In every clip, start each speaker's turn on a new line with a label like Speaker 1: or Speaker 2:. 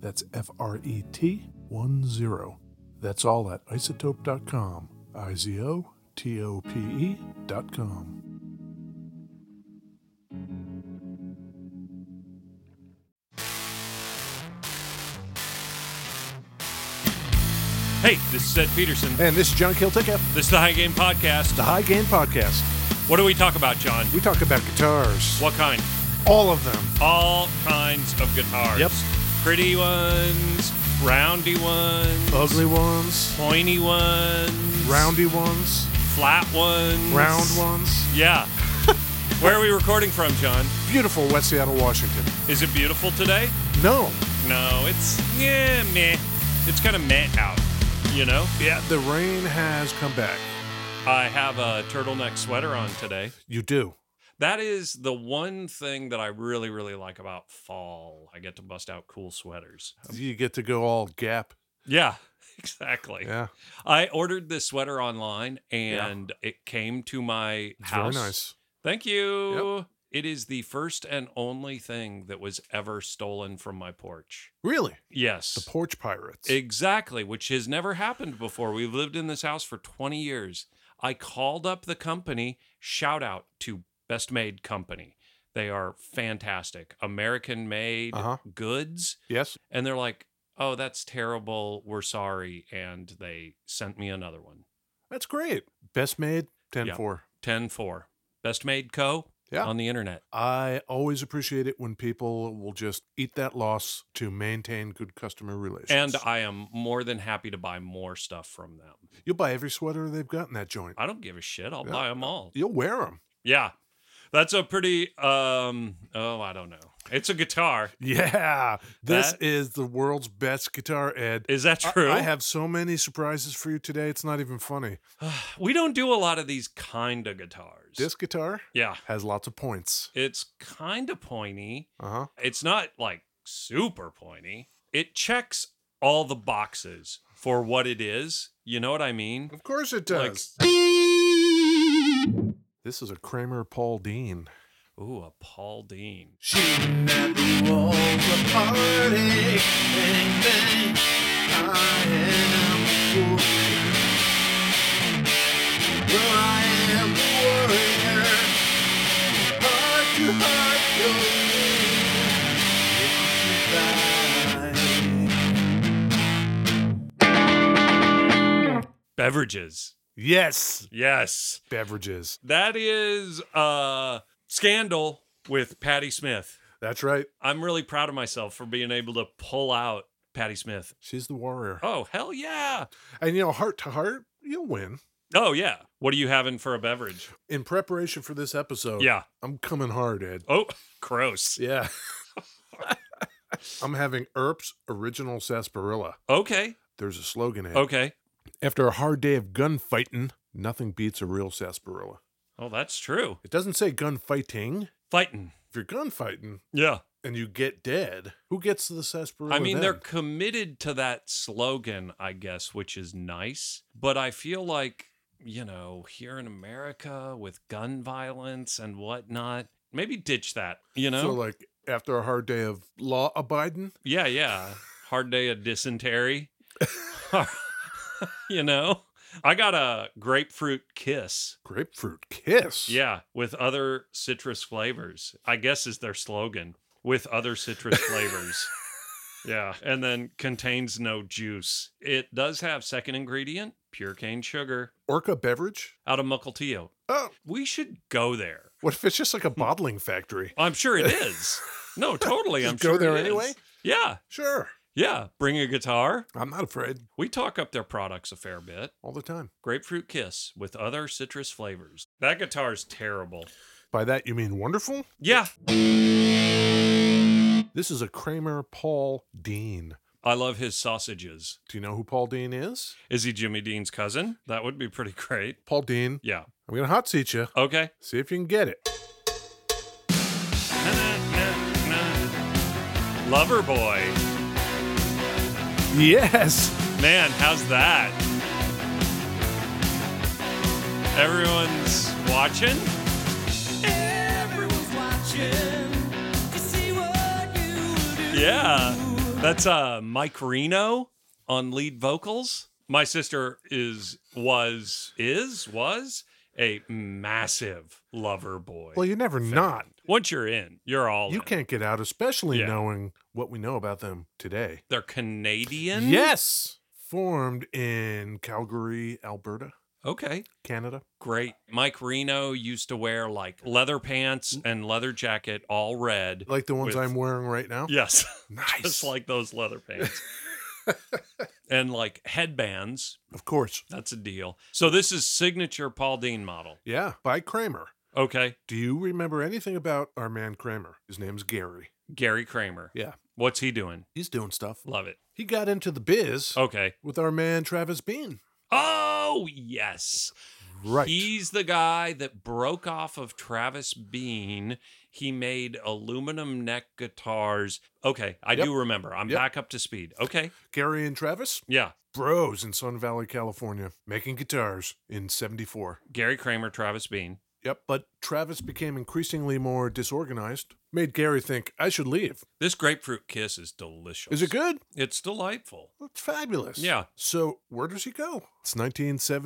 Speaker 1: That's F R E T 1 0. That's all at isotope.com. I Z O T O P E E.com.
Speaker 2: Hey, this is Ed Peterson.
Speaker 1: And this is John Kiltickett,
Speaker 2: This is the High Game Podcast.
Speaker 1: the High Gain Podcast.
Speaker 2: What do we talk about, John?
Speaker 1: We talk about guitars,
Speaker 2: What kind?
Speaker 1: all of them.
Speaker 2: All kinds of guitars.
Speaker 1: Yep.
Speaker 2: Pretty ones, roundy ones,
Speaker 1: Ugly ones,
Speaker 2: pointy ones,
Speaker 1: roundy ones,
Speaker 2: flat ones,
Speaker 1: round ones.
Speaker 2: Yeah. Where are we recording from, John?
Speaker 1: Beautiful West Seattle, Washington.
Speaker 2: Is it beautiful today?
Speaker 1: No.
Speaker 2: No, it's yeah, meh. It's kind of meh out. You know,
Speaker 1: Yeah, the rain has come back.
Speaker 2: I have a turtleneck sweater on today.
Speaker 1: You do.
Speaker 2: That is the one thing that I really, really like about fall. I get to bust out cool sweaters.
Speaker 1: You get to go all gap.
Speaker 2: Yeah, exactly.
Speaker 1: Yeah.
Speaker 2: I ordered this sweater online and it came to my
Speaker 1: It's
Speaker 2: house.
Speaker 1: very nice.
Speaker 2: Thank you. It is the first and only thing that was ever stolen from my porch.
Speaker 1: Really?
Speaker 2: Yes.
Speaker 1: The Porch Pirates.
Speaker 2: Exactly, which has never happened before. We've lived in this house for 20 years. I called up the company, shout out to Best Made Company. They are fantastic, American made
Speaker 1: Uh-huh.
Speaker 2: goods.
Speaker 1: yes.
Speaker 2: And they're like, oh, that's terrible. We're sorry. And they sent me another one.
Speaker 1: That's great. Best made 10 4.
Speaker 2: 10 4. Best Made Co.
Speaker 1: Yeah.
Speaker 2: on the internet.
Speaker 1: I always appreciate it when people will just eat that loss to maintain good customer relations.
Speaker 2: And I am more than happy to buy more stuff from them.
Speaker 1: you'll buy every sweater they've got in that joint.
Speaker 2: I don't give a shit. I'll
Speaker 1: Yeah.
Speaker 2: 'em buy them all.
Speaker 1: You'll wear them.
Speaker 2: Yeah. That's a pretty um oh, I don't know. It's a guitar.
Speaker 1: Yeah. This
Speaker 2: That-
Speaker 1: is the world's best guitar, Ed.
Speaker 2: Is that
Speaker 1: I-
Speaker 2: true?
Speaker 1: I have so many surprises for you today. It's not even funny.
Speaker 2: we don't do a lot of these kind of guitars.
Speaker 1: This guitar
Speaker 2: yeah.
Speaker 1: has lots of points.
Speaker 2: It's kind of pointy.
Speaker 1: Uh huh.
Speaker 2: It's not like super pointy. It checks all the boxes for what it is. You know what I mean?
Speaker 1: Of course it
Speaker 2: Like-
Speaker 1: does. this is a Kramer Paul Dean.
Speaker 2: Ooh, a Paul Dean.
Speaker 3: She never was a heartache, anything. I am a fool. Well, I am a warrior. Heart to heart, you'll leave. If you die.
Speaker 2: Beverages.
Speaker 1: Yes.
Speaker 2: Yes.
Speaker 1: Beverages.
Speaker 2: That is uh Scandal with Patti Smith.
Speaker 1: That's right.
Speaker 2: I'm really proud of myself for being able to pull out Patty Smith.
Speaker 1: She's the warrior.
Speaker 2: Oh, hell yeah.
Speaker 1: And you know, heart to heart, you'll win.
Speaker 2: Oh, yeah. What are you having for a beverage?
Speaker 1: In preparation for this episode,
Speaker 2: Yeah.
Speaker 1: I'm coming hard, Ed.
Speaker 2: Oh, gross.
Speaker 1: Oh. Yeah. I'm having Earp's original sarsaparilla.
Speaker 2: Okay.
Speaker 1: There's a slogan in it.
Speaker 2: Okay.
Speaker 1: After a hard day of gunfighting, nothing beats a real sarsaparilla.
Speaker 2: Oh, that's true.
Speaker 1: It doesn't say gunfighting.
Speaker 2: Fighting.
Speaker 1: If you're gunfighting,
Speaker 2: Yeah.
Speaker 1: and you get dead, who gets the sarsaparilla?
Speaker 2: I mean, they're
Speaker 1: then?
Speaker 2: committed to that slogan, I guess, which is nice. But I feel like, you know, here in America with gun violence and whatnot, maybe ditch that, you know?
Speaker 1: so like after a hard day of law abiding.
Speaker 2: yeah, yeah. Hard day of dysentery. you know? I got a grapefruit kiss.
Speaker 1: Grapefruit kiss.
Speaker 2: Yeah, with other citrus flavors. I guess is their slogan. With other citrus flavors. yeah, and then contains no juice. It does have second ingredient, pure cane sugar,
Speaker 1: Orca beverage.
Speaker 2: out of Mukilteo.
Speaker 1: Oh,
Speaker 2: We should go there.
Speaker 1: what if it's just like a bottling factory?
Speaker 2: I'm sure it is. No, totally.
Speaker 1: Just
Speaker 2: I'm
Speaker 1: go
Speaker 2: sure
Speaker 1: there
Speaker 2: it is.
Speaker 1: anyway?
Speaker 2: Yeah,
Speaker 1: Sure.
Speaker 2: yeah. Bring a guitar.
Speaker 1: I'm not afraid
Speaker 2: We talk up their products a fair bit.
Speaker 1: all the time.
Speaker 2: Grapefruit Kiss with other citrus flavors. That guitar's terrible.
Speaker 1: By that you mean wonderful?
Speaker 2: Yeah,
Speaker 1: This is a Kramer Paul Dean.
Speaker 2: I love his sausages.
Speaker 1: Do you know who Paul Dean is?
Speaker 2: Is he Jimmy Dean's cousin? That would be pretty great.
Speaker 1: Paul Dean.
Speaker 2: Yeah.
Speaker 1: I'm gonna hot seat you.
Speaker 2: Okay.
Speaker 1: See if you can get it.
Speaker 2: Lover boy.
Speaker 1: Yes.
Speaker 2: Man, how's that? Everyone's watching?
Speaker 4: Everyone's watching to see what you do.
Speaker 2: Yeah. That's uh Mike Reno on lead vocals. My sister is was is was a massive lover boy.
Speaker 1: Well, you're never not.
Speaker 2: Once you're in, you're all
Speaker 1: You
Speaker 2: in.
Speaker 1: can't get out, especially
Speaker 2: Yeah.
Speaker 1: knowing what we know about them today.
Speaker 2: They're Canadian?
Speaker 1: Yes. Formed in Calgary, Alberta,
Speaker 2: Okay.
Speaker 1: Canada.
Speaker 2: great. Mike Reno used to wear like leather pants and leather jacket, all red.
Speaker 1: Like the ones
Speaker 2: With-
Speaker 1: I'm wearing right now.
Speaker 2: Yes,
Speaker 1: Nice.
Speaker 2: just like those leather pants. and like headbands.
Speaker 1: of course.
Speaker 2: That's a deal. So this is signature Paul Dean model.
Speaker 1: Yeah. By Kramer.
Speaker 2: Okay.
Speaker 1: Do you remember anything about our man Kramer? His name's Gary.
Speaker 2: Gary Kramer.
Speaker 1: Yeah.
Speaker 2: What's he doing?
Speaker 1: He's doing stuff.
Speaker 2: Love it.
Speaker 1: He got into the biz
Speaker 2: Okay.
Speaker 1: with our man Travis Bean.
Speaker 2: Oh, yes.
Speaker 1: Right.
Speaker 2: He's the guy that broke off of Travis Bean. He made aluminum neck guitars. Okay. I
Speaker 1: Yep.
Speaker 2: do remember. I'm
Speaker 1: Yep.
Speaker 2: back up to speed. Okay.
Speaker 1: Gary and Travis,
Speaker 2: Yeah.
Speaker 1: bros in Sun Valley, California, making guitars in 74.
Speaker 2: Gary Kramer, Travis Bean.
Speaker 1: Yep. But Travis became increasingly more disorganized, made Gary think, I should leave.
Speaker 2: This grapefruit kiss is delicious.
Speaker 1: Is it good?
Speaker 2: It's delightful.
Speaker 1: It's fabulous.
Speaker 2: Yeah.
Speaker 1: So where does he go? It's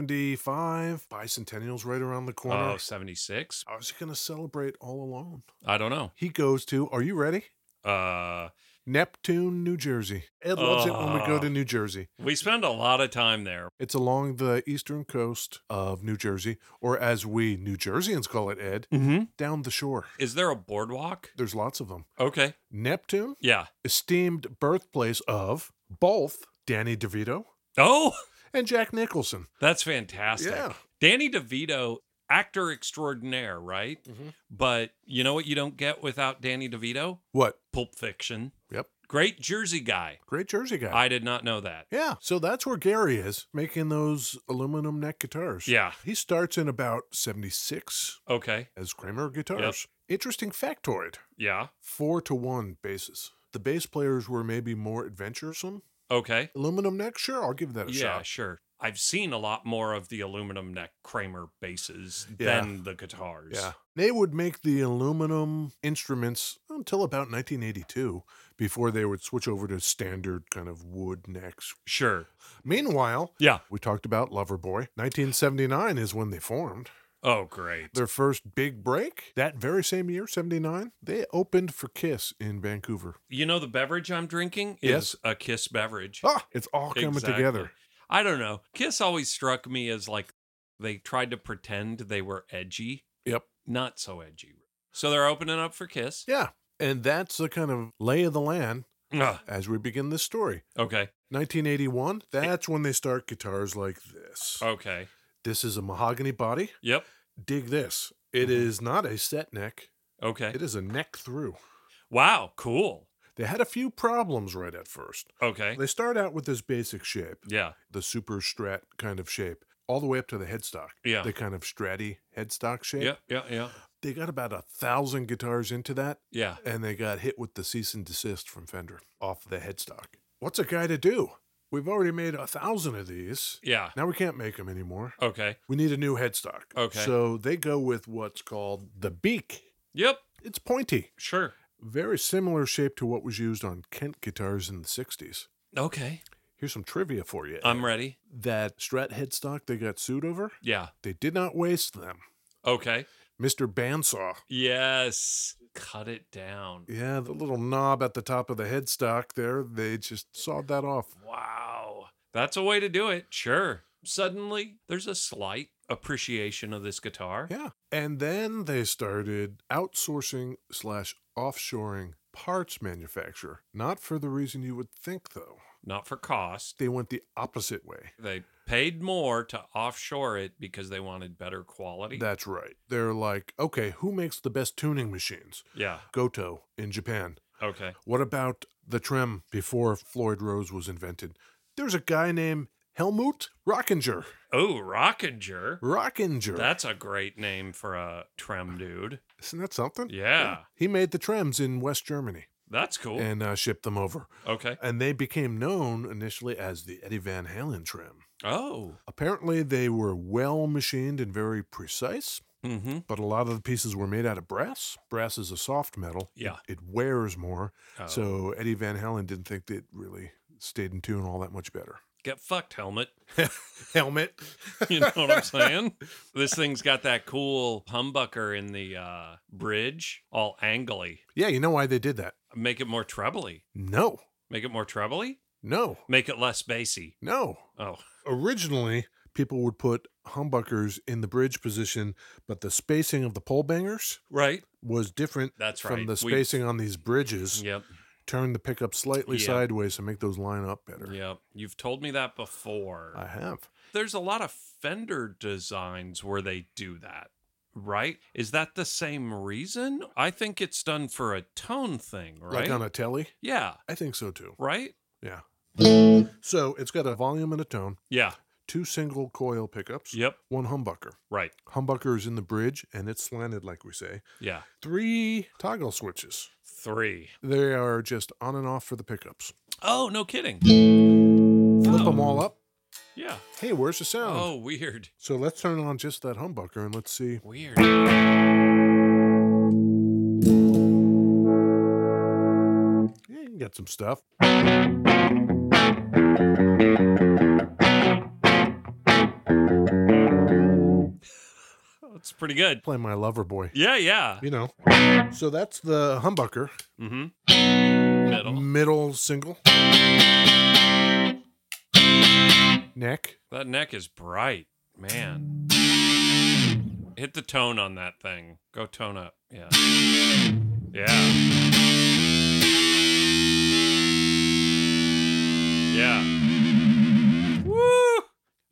Speaker 1: 1975. Bicentennial's right around the corner.
Speaker 2: Oh, 76?
Speaker 1: How's he going to celebrate all alone?
Speaker 2: I don't know.
Speaker 1: He goes to, are you ready?
Speaker 2: Uh,
Speaker 1: Neptune, New Jersey. Ed loves it when we go
Speaker 2: Ah.
Speaker 1: to New Jersey.
Speaker 2: we spend a lot of time there.
Speaker 1: It's along the eastern coast of New Jersey, or as we New Jerseyans call it, Ed,
Speaker 2: Mm-hmm.
Speaker 1: down the shore.
Speaker 2: Is there a boardwalk?
Speaker 1: There's lots of them.
Speaker 2: Okay.
Speaker 1: Neptune,
Speaker 2: Yeah.
Speaker 1: esteemed birthplace of both Danny DeVito
Speaker 2: Oh,
Speaker 1: and Jack Nicholson.
Speaker 2: that's fantastic.
Speaker 1: Yeah.
Speaker 2: Danny DeVito, actor extraordinaire, right?
Speaker 1: Mhm.
Speaker 2: But you know what you don't get without Danny DeVito?
Speaker 1: What?
Speaker 2: Pulp Fiction.
Speaker 1: Yep.
Speaker 2: Great Jersey guy.
Speaker 1: Great Jersey guy.
Speaker 2: I did not know that.
Speaker 1: Yeah. So that's where Gary is making those aluminum neck guitars.
Speaker 2: Yeah.
Speaker 1: He starts in about 76
Speaker 2: Okay.
Speaker 1: as Kramer guitars. Interesting factoid
Speaker 2: Yeah.
Speaker 1: four to one bases. The bass players were maybe more adventuresome.
Speaker 2: Okay.
Speaker 1: Aluminum neck? Sure, I'll give that a
Speaker 2: Yeah,
Speaker 1: shot.
Speaker 2: sure. I've seen a lot more of the aluminum neck Kramer basses
Speaker 1: Yeah.
Speaker 2: than the guitars.
Speaker 1: Yeah. They would make the aluminum instruments until about 1982 before they would switch over to standard kind of wood necks.
Speaker 2: Sure.
Speaker 1: Meanwhile,
Speaker 2: Yeah.
Speaker 1: we talked about Loverboy. 1979 is when they formed.
Speaker 2: Oh, great.
Speaker 1: their first big break that very same year 79 they opened for kiss in vancouver
Speaker 2: You know the beverage I'm drinking is
Speaker 1: Yes.
Speaker 2: a Kiss beverage.
Speaker 1: ah it's all coming
Speaker 2: Exactly.
Speaker 1: together
Speaker 2: I don't know. Kiss always struck me as like they tried to pretend they were edgy,
Speaker 1: yep
Speaker 2: not so edgy. So they're opening up for Kiss.
Speaker 1: yeah and that's the kind of lay of the land
Speaker 2: Ugh.
Speaker 1: as we begin this story
Speaker 2: Ah, Okay.
Speaker 1: 1981
Speaker 2: Eh
Speaker 1: that's when they start guitars like this
Speaker 2: Okay.
Speaker 1: this is a mahogany body
Speaker 2: Yep.
Speaker 1: dig this It
Speaker 2: Mhm.
Speaker 1: is not a set neck
Speaker 2: Okay.
Speaker 1: it is a neck through
Speaker 2: Wow. Cool.
Speaker 1: they had a few problems right at first
Speaker 2: Okay.
Speaker 1: they start out with this basic shape
Speaker 2: Yeah.
Speaker 1: the super strat kind of shape all the way up to the headstock
Speaker 2: Yeah.
Speaker 1: the kind of stratty headstock shape
Speaker 2: Yeah. Yeah. Yeah.
Speaker 1: They got about a thousand guitars into that,
Speaker 2: Yeah.
Speaker 1: and they got hit with the cease and desist from Fender off the headstock. What's a guy to do? We've already made a thousand of these.
Speaker 2: Yeah.
Speaker 1: Now we can't make them anymore.
Speaker 2: Okay.
Speaker 1: We need a new headstock.
Speaker 2: Okay.
Speaker 1: So they go with what's called the beak.
Speaker 2: Yep.
Speaker 1: It's pointy,
Speaker 2: Sure.
Speaker 1: very similar shape to what was used on Kent guitars in the 60s.
Speaker 2: Okay.
Speaker 1: Here's some trivia for you.
Speaker 2: I'm ready.
Speaker 1: that Strat headstock they got sued over,
Speaker 2: Yeah.
Speaker 1: they did not waste them.
Speaker 2: Okay.
Speaker 1: Mr. Bandsaw.
Speaker 2: Yes. Cut it down.
Speaker 1: Yeah, the little knob at the top of the headstock there, they just sawed that off.
Speaker 2: Wow. That's a way to do it. Sure. Suddenly, there's a slight appreciation of this guitar.
Speaker 1: Yeah. And then they started outsourcing slash offshoring parts manufacture. Not for the reason you would think, though.
Speaker 2: Not for cost.
Speaker 1: They went the opposite way.
Speaker 2: They paid more to offshore it because they wanted better quality.
Speaker 1: That's right. They're like, okay, who makes the best tuning machines?
Speaker 2: yeah.
Speaker 1: Goto in Japan.
Speaker 2: Okay.
Speaker 1: What about the trem before Floyd Rose was invented? There's a guy named Helmut Rockinger.
Speaker 2: Oh, Rockinger.
Speaker 1: Rockinger.
Speaker 2: That's a great name for a trem dude.
Speaker 1: Isn't that something?
Speaker 2: Yeah.
Speaker 1: He made the trams in West Germany
Speaker 2: That's cool.
Speaker 1: and uh, shipped them over.
Speaker 2: okay.
Speaker 1: And they became known initially as the Eddie Van Halen trim.
Speaker 2: Oh.
Speaker 1: Apparently, they were well machined and very precise,
Speaker 2: Mm-hmm.
Speaker 1: but a lot of the pieces were made out of brass. Brass is a soft metal,
Speaker 2: Yeah.
Speaker 1: it wears more.
Speaker 2: Oh.
Speaker 1: So, Eddie Van Halen didn't think that it really stayed in tune all that much better.
Speaker 2: get fucked, helmet.
Speaker 1: Helmet.
Speaker 2: You know what I'm saying? this thing's got that cool humbucker in the uh, bridge, all angly.
Speaker 1: Yeah, you know why they did that?
Speaker 2: Make it more trebly.
Speaker 1: No,
Speaker 2: Make it more trebly.
Speaker 1: no,
Speaker 2: Make it less bassy.
Speaker 1: no.
Speaker 2: Oh,
Speaker 1: originally people would put humbuckers in the bridge position, but the spacing of the pole bangers
Speaker 2: right.
Speaker 1: was different
Speaker 2: That's
Speaker 1: from
Speaker 2: right.
Speaker 1: the
Speaker 2: We-
Speaker 1: spacing on these bridges.
Speaker 2: Yep.
Speaker 1: Turn the pickup slightly
Speaker 2: Yeah.
Speaker 1: sideways to make those line up better.
Speaker 2: Yep. You've told me that before.
Speaker 1: I have.
Speaker 2: There's a lot of Fender designs where they do that, right? Is that the same reason? I think it's done for a tone thing, right?
Speaker 1: Like um, on a telly?
Speaker 2: yeah.
Speaker 1: I think so too.
Speaker 2: Right?
Speaker 1: Yeah. So it's got a volume and a tone,
Speaker 2: Yeah.
Speaker 1: two single coil pickups,
Speaker 2: Yep.
Speaker 1: one humbucker.
Speaker 2: Right.
Speaker 1: Humbucker is in the bridge and it's slanted, like we say.
Speaker 2: Yeah.
Speaker 1: Three toggle switches.
Speaker 2: Three.
Speaker 1: They are just on and off for the pickups.
Speaker 2: Oh, no kidding.
Speaker 1: Flip
Speaker 2: Oh.
Speaker 1: them all up.
Speaker 2: Yeah.
Speaker 1: Hey, where's the sound?
Speaker 2: Oh, weird.
Speaker 1: So let's turn on just that humbucker and let's see.
Speaker 2: Weird.
Speaker 1: Yeah, you can get some stuff.
Speaker 2: That's pretty good.
Speaker 1: Play my lover boy.
Speaker 2: Yeah, yeah.
Speaker 1: You know. So that's the humbucker.
Speaker 2: Mm-hmm. Middle.
Speaker 1: Middle single. Neck.
Speaker 2: That neck is bright, man. Hit the tone on that thing. Go tone up. Yeah. Yeah. Yeah. Woo!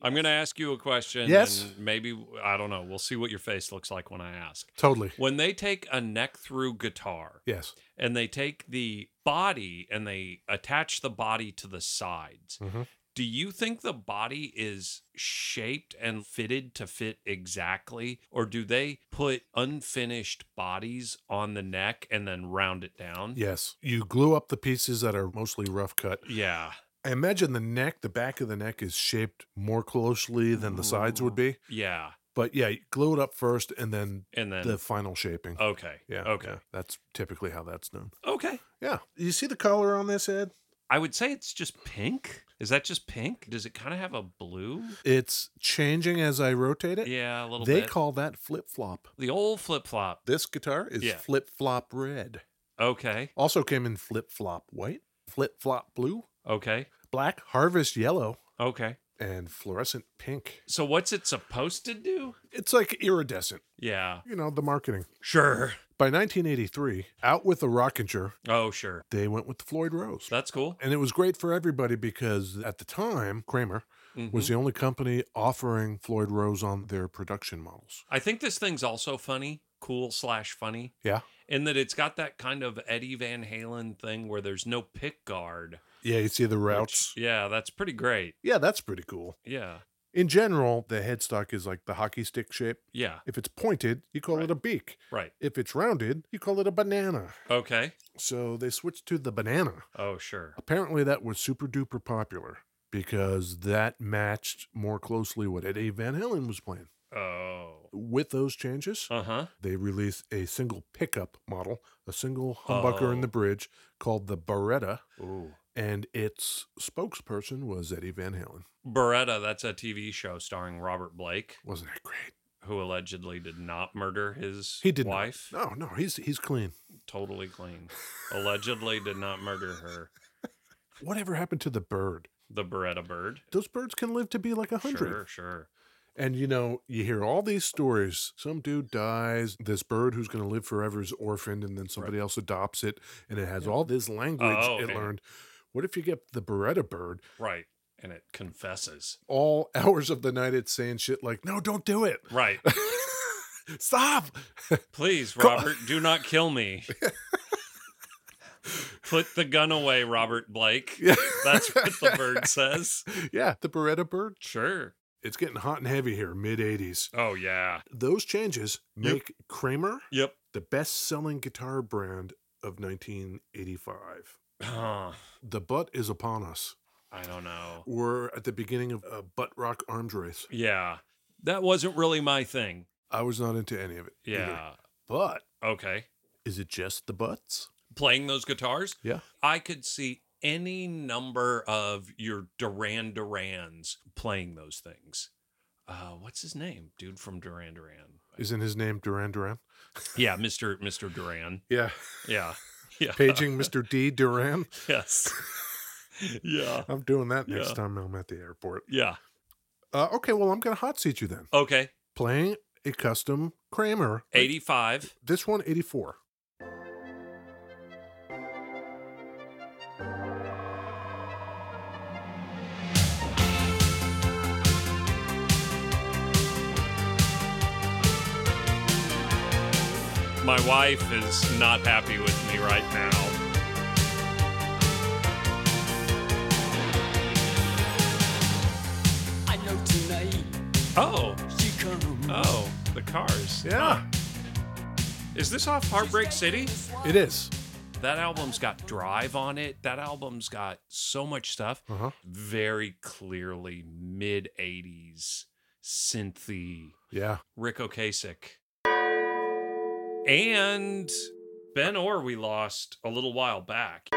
Speaker 2: I'm gonna ask you a question.
Speaker 1: Yes.
Speaker 2: And maybe I don't know. We'll see what your face looks like when I ask.
Speaker 1: Totally.
Speaker 2: When they take a neck through guitar,
Speaker 1: Yes.
Speaker 2: and they take the body and they attach the body to the sides.
Speaker 1: Mhm.
Speaker 2: Do you think the body is shaped and fitted to fit exactly, or do they put unfinished bodies on the neck and then round it down?
Speaker 1: Yes. You glue up the pieces that are mostly rough cut.
Speaker 2: Yeah.
Speaker 1: I imagine the neck, the back of the neck is shaped more closely than the sides
Speaker 2: Oh.
Speaker 1: would be.
Speaker 2: Yeah.
Speaker 1: But yeah, you glue it up first and then
Speaker 2: And then,
Speaker 1: the final shaping.
Speaker 2: okay.
Speaker 1: yeah.
Speaker 2: Okay.
Speaker 1: yeah. That's typically how that's done.
Speaker 2: Okay.
Speaker 1: Yeah. You see the collar on this, Ed?
Speaker 2: I would say it's just pink. Is that just pink? Does it kind of have a blue?
Speaker 1: It's changing as I rotate it.
Speaker 2: Yeah, a little
Speaker 1: they
Speaker 2: bit.
Speaker 1: call that flip flop.
Speaker 2: the old flip flop.
Speaker 1: This guitar is
Speaker 2: Yeah.
Speaker 1: flip flop red.
Speaker 2: Okay.
Speaker 1: Also came in flip flop white, flip flop blue,
Speaker 2: Okay.
Speaker 1: black, harvest yellow,
Speaker 2: Okay.
Speaker 1: and fluorescent pink.
Speaker 2: So, what's it supposed to do?
Speaker 1: It's like iridescent,
Speaker 2: Yeah.
Speaker 1: you know, the marketing.
Speaker 2: Sure.
Speaker 1: By 1983, out with the Rockinger,
Speaker 2: Oh, sure.
Speaker 1: they went with the Floyd Rose.
Speaker 2: That's cool.
Speaker 1: and it was great for everybody because at the time, Kramer was
Speaker 2: Mm-hmm.
Speaker 1: the only company offering Floyd Rose on their production models.
Speaker 2: I think this thing's also funny, cool slash funny,
Speaker 1: Yeah.
Speaker 2: in that it's got that kind of Eddie Van Halen thing where there's no pick guard.
Speaker 1: Yeah, you see the
Speaker 2: which-
Speaker 1: routes.
Speaker 2: yeah, that's pretty great.
Speaker 1: Yeah, that's pretty cool.
Speaker 2: Yeah.
Speaker 1: In general, the headstock is like the hockey stick shape.
Speaker 2: Yeah.
Speaker 1: If it's pointed, you call it a beak.
Speaker 2: Right.
Speaker 1: If it's rounded, you call it a banana.
Speaker 2: Okay.
Speaker 1: So they switched to the banana.
Speaker 2: Oh, sure.
Speaker 1: Apparently, that was super duper popular because that matched more closely what Eddie Van Halen was playing.
Speaker 2: Oh.
Speaker 1: With those changes,
Speaker 2: Uh huh.
Speaker 1: they released a single pickup model, a single humbucker in
Speaker 2: Oh.
Speaker 1: the bridge called the Beretta,
Speaker 2: Ooh.
Speaker 1: and its spokesperson was Eddie Van Halen.
Speaker 2: Beretta, that's a TV show starring Robert Blake,
Speaker 1: Wasn't that great?
Speaker 2: who allegedly did not murder his
Speaker 1: He did not.
Speaker 2: wife.
Speaker 1: No, no, he's he's clean.
Speaker 2: Totally clean. allegedly did not murder her.
Speaker 1: Whatever happened to the bird?
Speaker 2: The Beretta bird.
Speaker 1: Those birds can live to be like a hundred.
Speaker 2: Sure, sure.
Speaker 1: And you know, you hear all these stories. Some dude dies, this bird who's going to live forever is orphaned, and then somebody else adopts it, and it has all this language
Speaker 2: Oh,
Speaker 1: it
Speaker 2: okay.
Speaker 1: learned. What if you get the Beretta bird
Speaker 2: Right. And it confesses.
Speaker 1: all hours of the night? It's saying shit like, no, don't do it.
Speaker 2: Right.
Speaker 1: Stop.
Speaker 2: Please, Robert, do not kill me. Put the gun away, Robert Blake.
Speaker 1: Yeah.
Speaker 2: That's what the bird says.
Speaker 1: yeah, the Beretta bird.
Speaker 2: Sure.
Speaker 1: It's getting hot and heavy here, mid 80s.
Speaker 2: Oh, yeah.
Speaker 1: Those changes
Speaker 2: Yep.
Speaker 1: make Kramer
Speaker 2: Yep.
Speaker 1: the best selling guitar brand of 1985.
Speaker 2: Huh.
Speaker 1: The butt is upon us.
Speaker 2: I don't know.
Speaker 1: We're at the beginning of a butt rock arms race.
Speaker 2: Yeah. That wasn't really my thing.
Speaker 1: I was not into any of it. either.
Speaker 2: Yeah.
Speaker 1: But
Speaker 2: Okay.
Speaker 1: is it just the butts?
Speaker 2: Playing those guitars,
Speaker 1: Yeah.
Speaker 2: I could see any number of your Duran Durans playing those things. Uh, what's his name? Dude from Duran Duran.
Speaker 1: Isn't his name Duran Duran?
Speaker 2: Yeah, Mr. Mr. Duran.
Speaker 1: Yeah.
Speaker 2: Yeah. Yeah.
Speaker 1: Paging Mr. D. Duran.
Speaker 2: Yes. yeah.
Speaker 1: I'm doing that next
Speaker 2: Yeah.
Speaker 1: time I'm at the airport.
Speaker 2: Yeah.
Speaker 1: Uh, okay, well, I'm going to hot seat you then.
Speaker 2: Okay.
Speaker 1: Playing a custom Kramer.
Speaker 2: 85.
Speaker 1: This one, 84.
Speaker 2: My wife is not happy with me right now.
Speaker 4: I know tonight
Speaker 2: Oh.
Speaker 4: she comes.
Speaker 2: Oh. The cars.
Speaker 1: Yeah,
Speaker 2: Is this off Heartbreak City?
Speaker 1: it is.
Speaker 2: That album's got drive on it. That album's got so much stuff.
Speaker 1: Uh-huh.
Speaker 2: Very clearly mid 80s synthy
Speaker 1: Yeah.
Speaker 2: Rick Ocasek. And Ben Orr, we lost a little while back.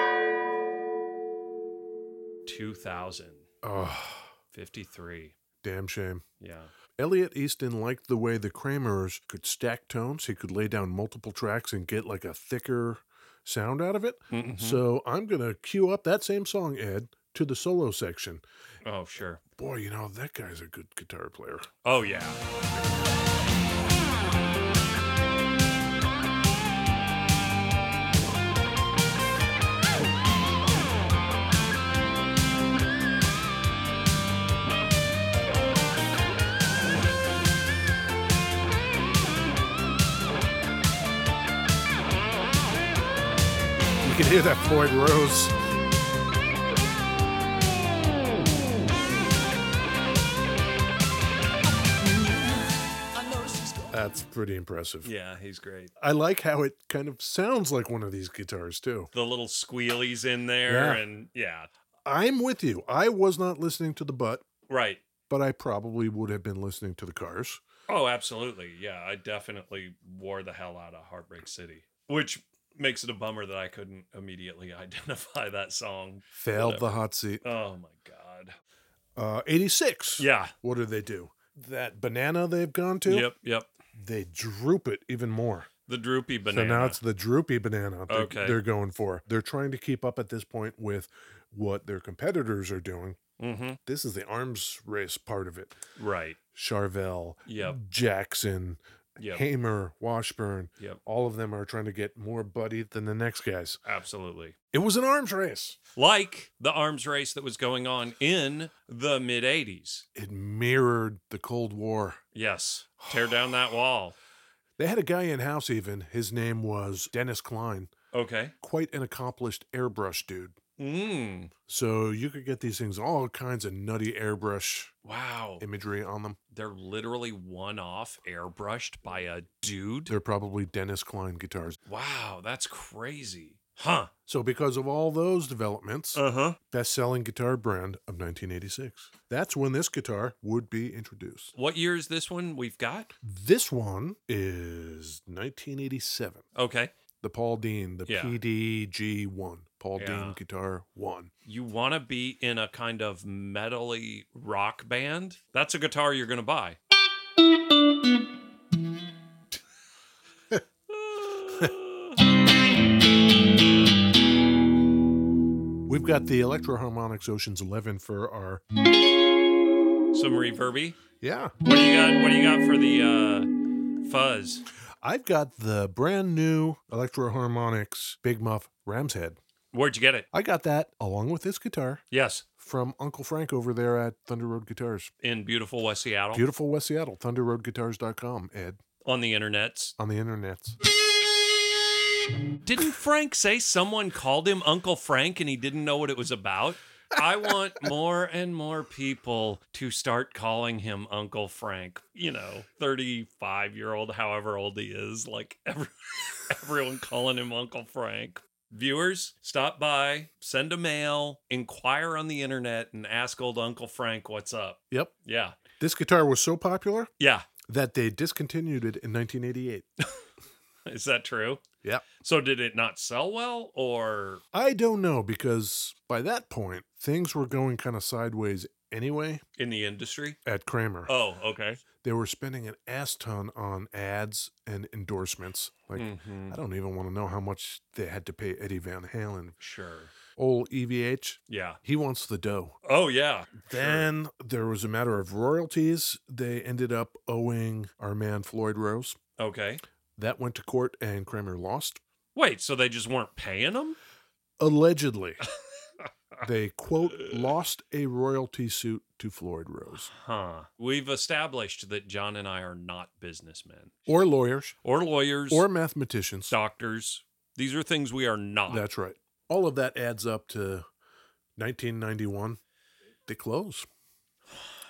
Speaker 2: 2053.
Speaker 1: Oh, damn shame.
Speaker 2: Yeah.
Speaker 1: Elliot Easton liked the way the Kramers could stack tones. He could lay down multiple tracks and get like a thicker sound out of it.
Speaker 2: Mm-hmm.
Speaker 1: So I'm going to cue up that same song, Ed, to the solo section.
Speaker 2: Oh, sure.
Speaker 1: Boy, you know, that guy's a good guitar player.
Speaker 2: Oh, yeah.
Speaker 1: You can hear that Floyd Rose.
Speaker 4: I know she's gone.
Speaker 1: That's pretty impressive.
Speaker 2: Yeah, he's great.
Speaker 1: I like how it kind of sounds like one of these guitars, too.
Speaker 2: The little squealies in there.
Speaker 1: Yeah.
Speaker 2: And yeah,
Speaker 1: I'm with you. I was not listening to the butt,
Speaker 2: right.
Speaker 1: but I probably would have been listening to the cars.
Speaker 2: Oh, absolutely. Yeah, I definitely wore the hell out of Heartbreak City, which makes it a bummer that I couldn't immediately identify that song.
Speaker 1: Failed the hot seat.
Speaker 2: Oh, my God.
Speaker 1: Uh, 86.
Speaker 2: Yeah.
Speaker 1: What do they do? That banana they've gone to,
Speaker 2: Yep, yep.
Speaker 1: they droop it even more.
Speaker 2: The droopy banana.
Speaker 1: So now it's the droopy banana they're,
Speaker 2: Okay.
Speaker 1: they're going for. They're trying to keep up at this point with what their competitors are doing.
Speaker 2: mm-hmm.
Speaker 1: This is the arms race part of it.
Speaker 2: right.
Speaker 1: Charvel,
Speaker 2: Yep.
Speaker 1: Jackson,
Speaker 2: Yep.
Speaker 1: Hamer, Washburn,
Speaker 2: Yep.
Speaker 1: all of them are trying to get more buddy than the next guys.
Speaker 2: Absolutely.
Speaker 1: It was an arms race.
Speaker 2: Like the arms race that was going on in the mid 80s.
Speaker 1: It mirrored the Cold War.
Speaker 2: Yes. Tear down that wall.
Speaker 1: They had a guy in house, even. His name was Dennis Klein.
Speaker 2: Okay.
Speaker 1: quite an accomplished airbrush dude.
Speaker 2: Mm.
Speaker 1: So you could get these things all kinds of nutty airbrush
Speaker 2: Wow.
Speaker 1: imagery on them.
Speaker 2: They're literally one off airbrushed by a dude.
Speaker 1: They're probably Dennis Klein guitars.
Speaker 2: wow, that's crazy. Huh.
Speaker 1: So because of all those developments,
Speaker 2: huh.
Speaker 1: best-selling guitar brand of 1986. That's when this guitar would be introduced.
Speaker 2: What year is this one we've got?
Speaker 1: This one is 1987.
Speaker 2: Okay.
Speaker 1: The Paul Dean, the
Speaker 2: Yeah.
Speaker 1: PDG1, Paul Dean
Speaker 2: Yeah.
Speaker 1: Guitar 1.
Speaker 2: You want to be in a kind of metally rock band? That's a guitar you're going to buy.
Speaker 1: We've got the Electro Harmonics Ocean's 11 for our
Speaker 2: Some reverby.
Speaker 1: Yeah.
Speaker 2: What do you got? What do you got for the uh, fuzz?
Speaker 1: I've got the brand new Electro Harmonics Big Muff Ram's Head.
Speaker 2: Where'd you get it?
Speaker 1: I got that along with this guitar
Speaker 2: Yes,
Speaker 1: from Uncle Frank over there at Thunder Road Guitars.
Speaker 2: in beautiful West Seattle
Speaker 1: Beautiful West Seattle, thunderroadguitars.com, Ed,
Speaker 2: on the internets.
Speaker 1: on the internets.
Speaker 2: Didn't Frank say someone called him Uncle Frank and he didn't know what it was about? I want more and more people to start calling him Uncle Frank. You know, 35 year old, however old he is, like every, everyone calling him Uncle Frank. Viewers, stop by, send a mail, inquire on the internet, and ask old Uncle Frank what's up.
Speaker 1: Yep.
Speaker 2: Yeah.
Speaker 1: This guitar was so popular
Speaker 2: Yeah.
Speaker 1: that they discontinued it in 1988.
Speaker 2: Is that true?
Speaker 1: Yeah.
Speaker 2: So did it not sell well or
Speaker 1: I don't know because by that point, things were going kind of sideways anyway
Speaker 2: in the industry?
Speaker 1: at Kramer.
Speaker 2: Oh, okay.
Speaker 1: They were spending an ass ton on ads and endorsements. Like,
Speaker 2: Mhm.
Speaker 1: I don't even want to know how much they had to pay Eddie Van Halen.
Speaker 2: Sure.
Speaker 1: Old EVH,
Speaker 2: Yeah.
Speaker 1: he wants the dough.
Speaker 2: Oh, yeah.
Speaker 1: Then there was a matter of royalties. They ended up owing our man Floyd Rose.
Speaker 2: Okay.
Speaker 1: That went to court and Kramer lost.
Speaker 2: Wait, so they just weren't paying them?
Speaker 1: Allegedly, they quote lost a royalty suit to Floyd Rose
Speaker 2: Huh. We've established that John and I are not businessmen
Speaker 1: or lawyers
Speaker 2: or lawyers
Speaker 1: or mathematicians.
Speaker 2: doctors. These are things we are not.
Speaker 1: That's right. All of that adds up to 1991. They close.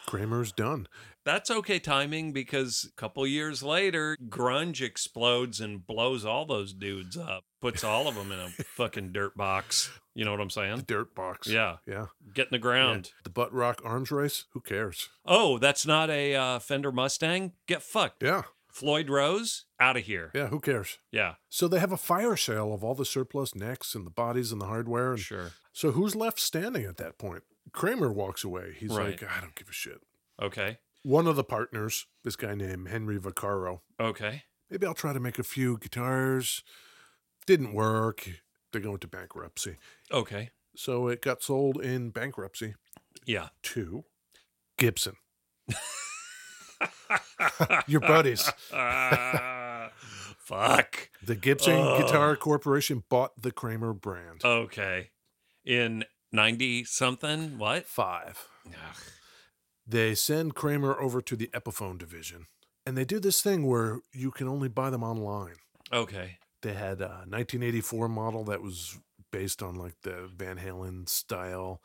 Speaker 1: Kramer's done.
Speaker 2: That's okay timing because a couple years later, grunge explodes and blows all those dudes up, puts all of them in a fucking dirt box. You know what I'm
Speaker 1: The
Speaker 2: saying?
Speaker 1: dirt box.
Speaker 2: Yeah.
Speaker 1: Yeah.
Speaker 2: Get in the ground.
Speaker 1: The butt rock arms race. Who cares?
Speaker 2: Oh, that's not a uh, Fender Mustang? Get fucked.
Speaker 1: Yeah.
Speaker 2: Floyd Rose, out of here.
Speaker 1: Yeah. Who cares?
Speaker 2: Yeah,
Speaker 1: So they have a fire sale of all the surplus necks and the bodies and the hardware. And
Speaker 2: sure.
Speaker 1: so who's left standing at that point? Kramer walks away. He's
Speaker 2: Right.
Speaker 1: like, I don't give a shit.
Speaker 2: Okay.
Speaker 1: One of the partners, this guy named Henry Vaccaro,
Speaker 2: Okay.
Speaker 1: maybe I'll try to make a few guitars. Didn't work. They're going to bankruptcy.
Speaker 2: Okay.
Speaker 1: So it got sold in bankruptcy
Speaker 2: Yeah.
Speaker 1: to Gibson. Your buddies.
Speaker 2: Ah, fuck.
Speaker 1: The Gibson
Speaker 2: Ugh. Uh
Speaker 1: Guitar Corporation bought the Kramer brand.
Speaker 2: Okay. In 90 something? What?
Speaker 1: Five.
Speaker 2: Ugh.
Speaker 1: they send Kramer over to the Epiphone division, and they do this thing where you can only buy them online.
Speaker 2: Okay.
Speaker 1: They had a 1984 model that was based on like the Van Halen style.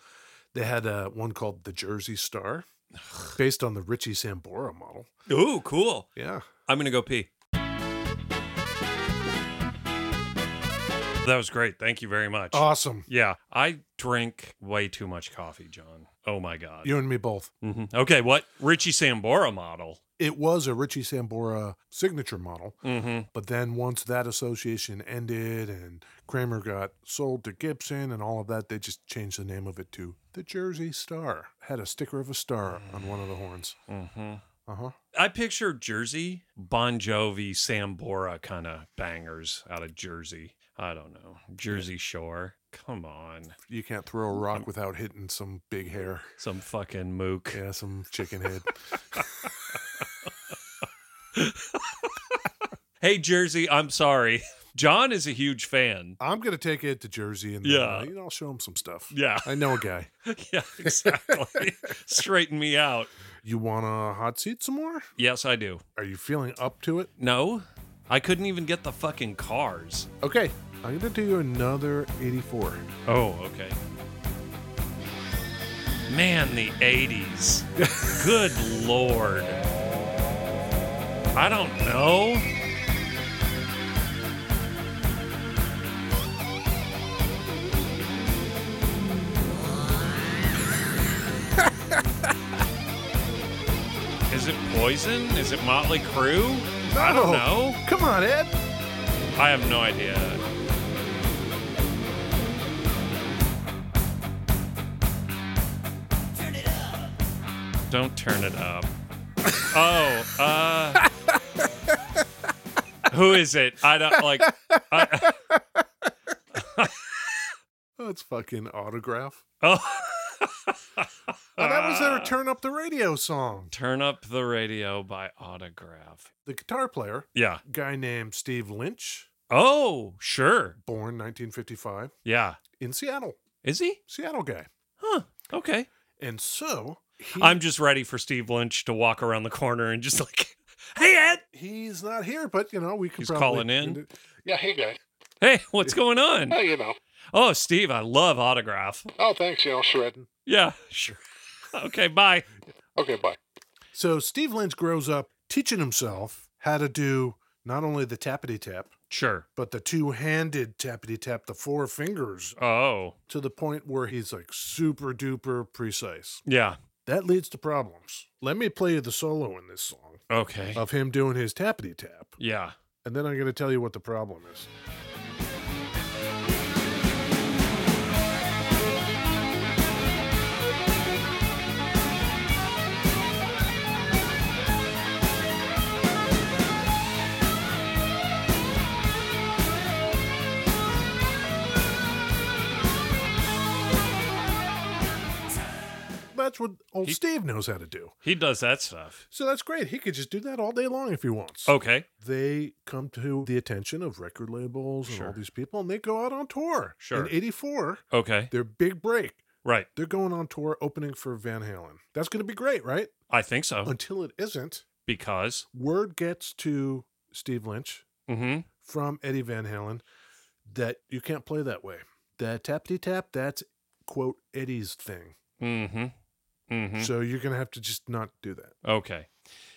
Speaker 1: They had a one called the Jersey Star, based on the Richie Sambora model.
Speaker 2: Ooh, cool.
Speaker 1: Yeah,
Speaker 2: I'm going to go pee. That was great. Thank you very much.
Speaker 1: awesome.
Speaker 2: yeah. I drink way too much coffee, John. Oh, my God.
Speaker 1: You and me both.
Speaker 2: hmm Okay. What? Richie Sambora model.
Speaker 1: It was a Richie Sambora signature model,
Speaker 2: Mm-hmm.
Speaker 1: but then once that association ended and Kramer got sold to Gibson and all of that, they just changed the name of it to the Jersey Star. Had a sticker of a star on one of the horns.
Speaker 2: Mm-hmm.
Speaker 1: Uh huh.
Speaker 2: I picture Jersey, Bon Jovi, Sambora kind of bangers out of Jersey. I don't know. Jersey Shore. Come on.
Speaker 1: You can't throw a rock
Speaker 2: Mm.
Speaker 1: without hitting some big hair.
Speaker 2: Some fucking mook.
Speaker 1: Yeah, some chicken head.
Speaker 2: Hey, Jersey, I'm sorry. John is a huge fan.
Speaker 1: I'm gonna take it to Jersey and then, uh,
Speaker 2: Yeah.
Speaker 1: you know I'll show him some stuff.
Speaker 2: Yeah.
Speaker 1: I know a guy.
Speaker 2: yeah, exactly. Straighten me out.
Speaker 1: You want a hot seat some more?
Speaker 2: Yes, I do.
Speaker 1: Are you feeling up to it?
Speaker 2: No, I couldn't even get the fucking cars.
Speaker 1: Okay, I'm gonna do another 84.
Speaker 2: Oh, okay. Man, the 80s. Good lord. I don't know. Is it poison? Is it Motley Crue? I
Speaker 1: Oh.
Speaker 2: don't know.
Speaker 5: Come on, Ed.
Speaker 2: I have no idea. Don't turn it up. Oh, uh. Who is it? I don't like. I,
Speaker 1: That's fucking autograph.
Speaker 2: oh.
Speaker 1: Oh, that was
Speaker 2: Uh.
Speaker 1: their Turn Up the Radio song.
Speaker 2: Turn Up the Radio by Autograph.
Speaker 1: The guitar player,
Speaker 2: Yeah.
Speaker 1: guy named Steve Lynch,
Speaker 2: Oh, sure.
Speaker 1: born 1955
Speaker 2: Yeah.
Speaker 1: in Seattle.
Speaker 2: Is he?
Speaker 1: Seattle guy.
Speaker 2: Huh. Okay.
Speaker 1: And so he,
Speaker 2: I'm just ready for Steve Lynch to walk around the corner and just like, hey, Ed.
Speaker 1: he's not here, but you know, we could
Speaker 2: He's
Speaker 1: probably
Speaker 2: calling in.
Speaker 6: Yeah, hey guys.
Speaker 2: Hey, what's going on?
Speaker 6: Hey, you know.
Speaker 2: Oh, Steve, I love autograph.
Speaker 6: Oh, thanks, you know, shredding.
Speaker 2: Yeah, sure. Okay, bye.
Speaker 6: Okay, bye.
Speaker 1: So Steve Lynch grows up teaching himself how to do not only the tappity tap,
Speaker 2: Sure.
Speaker 1: but the two handed tappity tap, the four fingers,
Speaker 2: Oh,
Speaker 1: to the point where he's like super duper precise.
Speaker 2: yeah.
Speaker 1: That leads to problems. Let me play you the solo in this song
Speaker 2: Okay.
Speaker 1: of him doing his tappity tap,
Speaker 2: Oh. Yeah.
Speaker 1: and then I'm going to tell you what the problem is. That's what old
Speaker 2: He-
Speaker 1: Steve knows how to do.
Speaker 2: He does that stuff.
Speaker 1: So that's great. He could just do that all day long if he wants.
Speaker 2: Okay.
Speaker 1: They come to the attention of record labels and all
Speaker 2: Sure.
Speaker 1: these people, and they go out on tour.
Speaker 2: Sure.
Speaker 1: In 84,
Speaker 2: Okay.
Speaker 1: their big break.
Speaker 2: Right.
Speaker 1: They're going on tour opening for Van Halen. That's going to be great, right?
Speaker 2: I think so.
Speaker 1: Until it isn't.
Speaker 2: Because.
Speaker 1: Word gets to Steve Lynch
Speaker 2: Mm
Speaker 1: from Eddie Van Halen that you can't play that way. That tappity tap, that's quote Eddie's thing.
Speaker 2: hmm. Mm hmm. Mm hmm.
Speaker 1: So you're going to have to just not do that.
Speaker 2: Okay.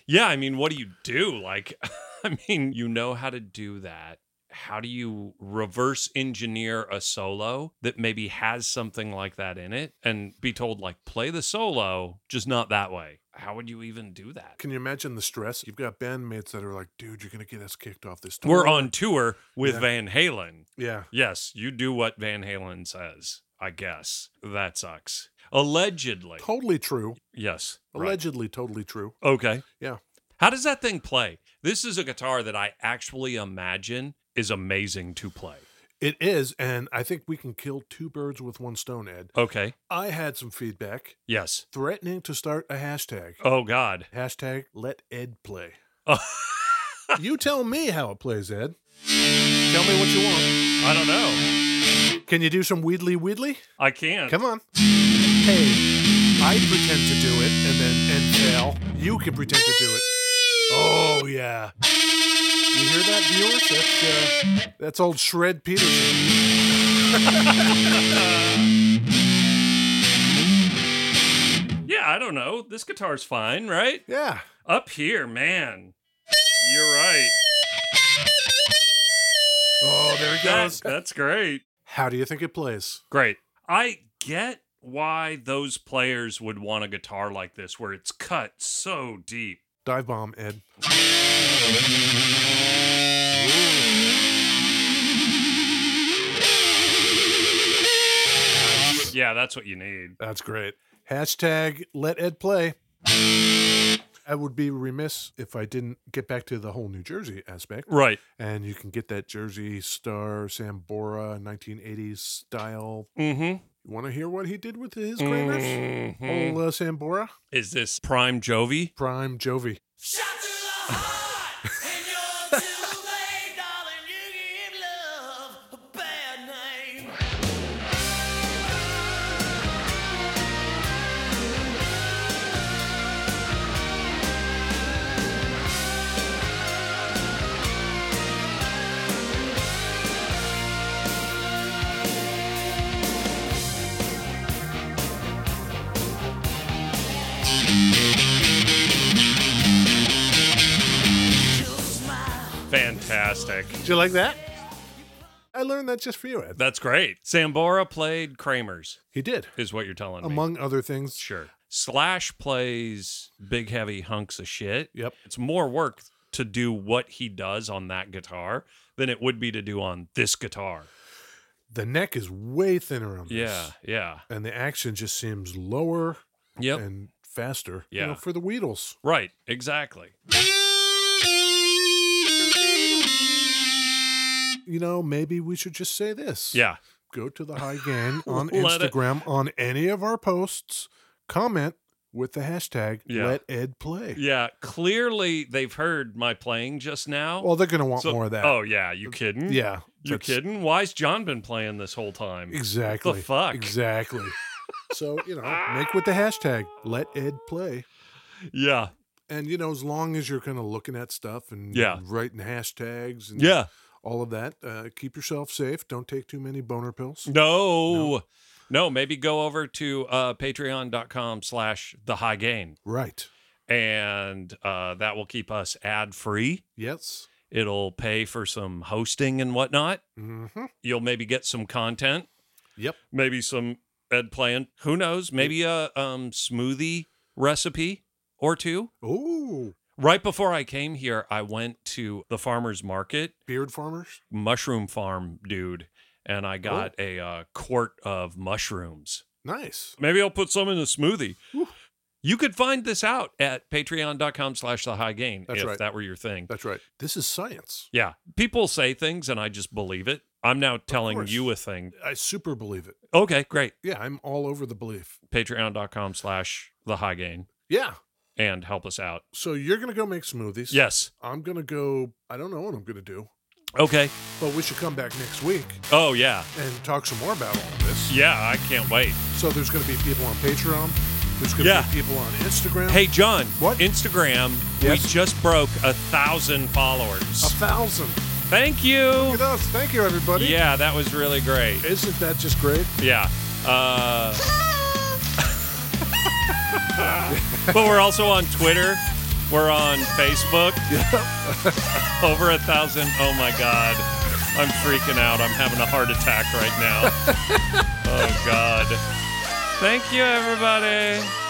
Speaker 2: Yeah, I mean, what do you do? Like, I mean, you know how to do that. How do you reverse engineer a solo that maybe has something like that in it and be told, like, play the solo, just not that way? How would you even do that?
Speaker 1: Can you imagine the stress? You've got bandmates that are like, dude, you're going to get us kicked off this tour.
Speaker 2: We're on tour with
Speaker 1: Yeah.
Speaker 2: Van Halen.
Speaker 1: Yeah.
Speaker 2: Yes, you do what Van Halen says, I guess. That sucks. Allegedly.
Speaker 1: Totally true.
Speaker 2: Yes. right.
Speaker 1: Allegedly, totally true.
Speaker 2: Okay.
Speaker 1: Yeah.
Speaker 2: How does that thing play? This is a guitar that I actually imagine is amazing to play.
Speaker 1: It is, and I think we can kill two birds with one stone, Ed.
Speaker 2: Okay.
Speaker 1: I had some feedback
Speaker 2: Yes.
Speaker 1: threatening to start a hashtag.
Speaker 2: Oh God.
Speaker 1: Hashtag let Ed play.
Speaker 2: Oh.
Speaker 1: you tell me how it plays, Ed. Tell me what you want.
Speaker 2: I don't know.
Speaker 1: Can you do some wheedly wheedly?
Speaker 2: I can't.
Speaker 1: Come on. Hey, I pretend to do it and then and fail. You can pretend to do it. Oh yeah. You hear that, viewers? That's uh, that's old Shred Peterson.
Speaker 2: Yeah, I don't know. This guitar's fine, right?
Speaker 1: Yeah.
Speaker 2: Up here, man. You're right.
Speaker 1: Oh, there he
Speaker 2: That,
Speaker 1: goes.
Speaker 2: that's great.
Speaker 1: How do you think it plays?
Speaker 2: Great. I get why those players would want a guitar like this where it's cut so deep.
Speaker 1: Dive bomb, Ed.
Speaker 2: Yeah, that's what you need.
Speaker 1: That's great. Hashtag let Ed play. I would be remiss if I didn't get back to the whole New Jersey aspect.
Speaker 2: Right.
Speaker 1: And you can get that Jersey Star Sambora 1980s style.
Speaker 2: Mm-hmm.
Speaker 1: You want to hear what he did with his graders? Old uh, Sambora?
Speaker 2: Is this Prime Jovi?
Speaker 1: Prime Jovi.
Speaker 4: Shots to the heart, and you're too late, darling. You give love a bad name.
Speaker 2: fantastic.
Speaker 1: Did you like that? I learned that just for you, Ed.
Speaker 2: That's great. Sambora played Kramer's,
Speaker 1: He did,
Speaker 2: is what you're telling me.
Speaker 1: among other things.
Speaker 2: Sure. Slash plays big, heavy hunks of shit.
Speaker 1: Yep.
Speaker 2: It's more work to do what he does on that guitar than it would be to do on this guitar.
Speaker 1: The neck is way thinner on this.
Speaker 2: Yeah. Yeah.
Speaker 1: And the action just seems lower
Speaker 2: Yep.
Speaker 1: and faster. You
Speaker 2: Yeah.
Speaker 1: know, for the Weedles.
Speaker 2: right. Exactly.
Speaker 1: You know, maybe we should just say this.
Speaker 2: Yeah.
Speaker 1: Go to the high gain on
Speaker 2: Let it-
Speaker 1: Instagram on any of our posts. Comment with the hashtag
Speaker 2: Yeah.
Speaker 1: let Ed play.
Speaker 2: Yeah. Clearly, they've heard my playing just now.
Speaker 1: Well, they're gonna want
Speaker 2: So-
Speaker 1: more of that.
Speaker 2: Oh, yeah. You kidding?
Speaker 1: yeah.
Speaker 2: You
Speaker 1: that's-
Speaker 2: kidding? Why's John been playing this whole time?
Speaker 1: Exactly.
Speaker 2: fuck?
Speaker 1: Exactly. so, you know, make with the hashtag let Ed play.
Speaker 2: Yeah.
Speaker 1: And you know, as long as you're kind of looking at stuff and
Speaker 2: Yeah.
Speaker 1: writing hashtags and
Speaker 2: Yeah.
Speaker 1: all of that, uh, keep yourself safe. Don't take too many boner pills.
Speaker 2: Mm. No. No. maybe go over to uh, patreon.com slash the high gain
Speaker 1: Right.
Speaker 2: and uh, that will keep us ad free.
Speaker 1: Yes.
Speaker 2: It'll pay for some hosting and whatnot.
Speaker 1: hmm
Speaker 2: You'll maybe get some content.
Speaker 1: Yep.
Speaker 2: Maybe some Ed playing. Who knows? Maybe a um, smoothie recipe or two.
Speaker 1: Oh,
Speaker 2: Right before I came here, I went to the farmer's market,
Speaker 1: beard farmers.
Speaker 2: mushroom farm dude, and
Speaker 1: Oh.
Speaker 2: I got a uh, quart of mushrooms.
Speaker 1: Nice.
Speaker 2: Maybe I'll put some in a smoothie. You could find this out at patreon.com slash the high gain
Speaker 1: That's
Speaker 2: if
Speaker 1: right.
Speaker 2: that were your thing.
Speaker 1: That's right. This is science.
Speaker 2: Yeah. People say things and I just believe it. I'm now telling
Speaker 1: course.
Speaker 2: you a thing.
Speaker 1: I super believe it.
Speaker 2: Okay, great.
Speaker 1: Yeah, I'm all over the belief.
Speaker 2: Patreon.com slash the high gain
Speaker 1: Yeah.
Speaker 2: and help us out.
Speaker 1: So you're gonna go make smoothies.
Speaker 2: Yes.
Speaker 1: I'm gonna go. I don't know what I'm gonna do,
Speaker 2: Okay.
Speaker 1: but we should come back next week
Speaker 2: Oh, yeah.
Speaker 1: and talk some more about all of this.
Speaker 2: Yeah, I can't wait.
Speaker 1: So there's going to be people on Patreon. There's going to
Speaker 2: Yeah.
Speaker 1: be people on Instagram.
Speaker 2: Hey, John.
Speaker 1: What?
Speaker 2: Instagram, we
Speaker 1: Yes.
Speaker 2: just broke a thousand
Speaker 1: a
Speaker 2: followers.
Speaker 1: thousand.
Speaker 2: Thank
Speaker 1: Look
Speaker 2: you.
Speaker 1: at us. Thank you, everybody.
Speaker 2: Yeah, that was really great.
Speaker 1: Isn't that just great?
Speaker 2: Yeah. Uh, but we're also on Twitter. We're on Facebook. Over a thousand. Oh my God. I'm freaking out. I'm having a heart attack right now. oh God. Thank you, everybody.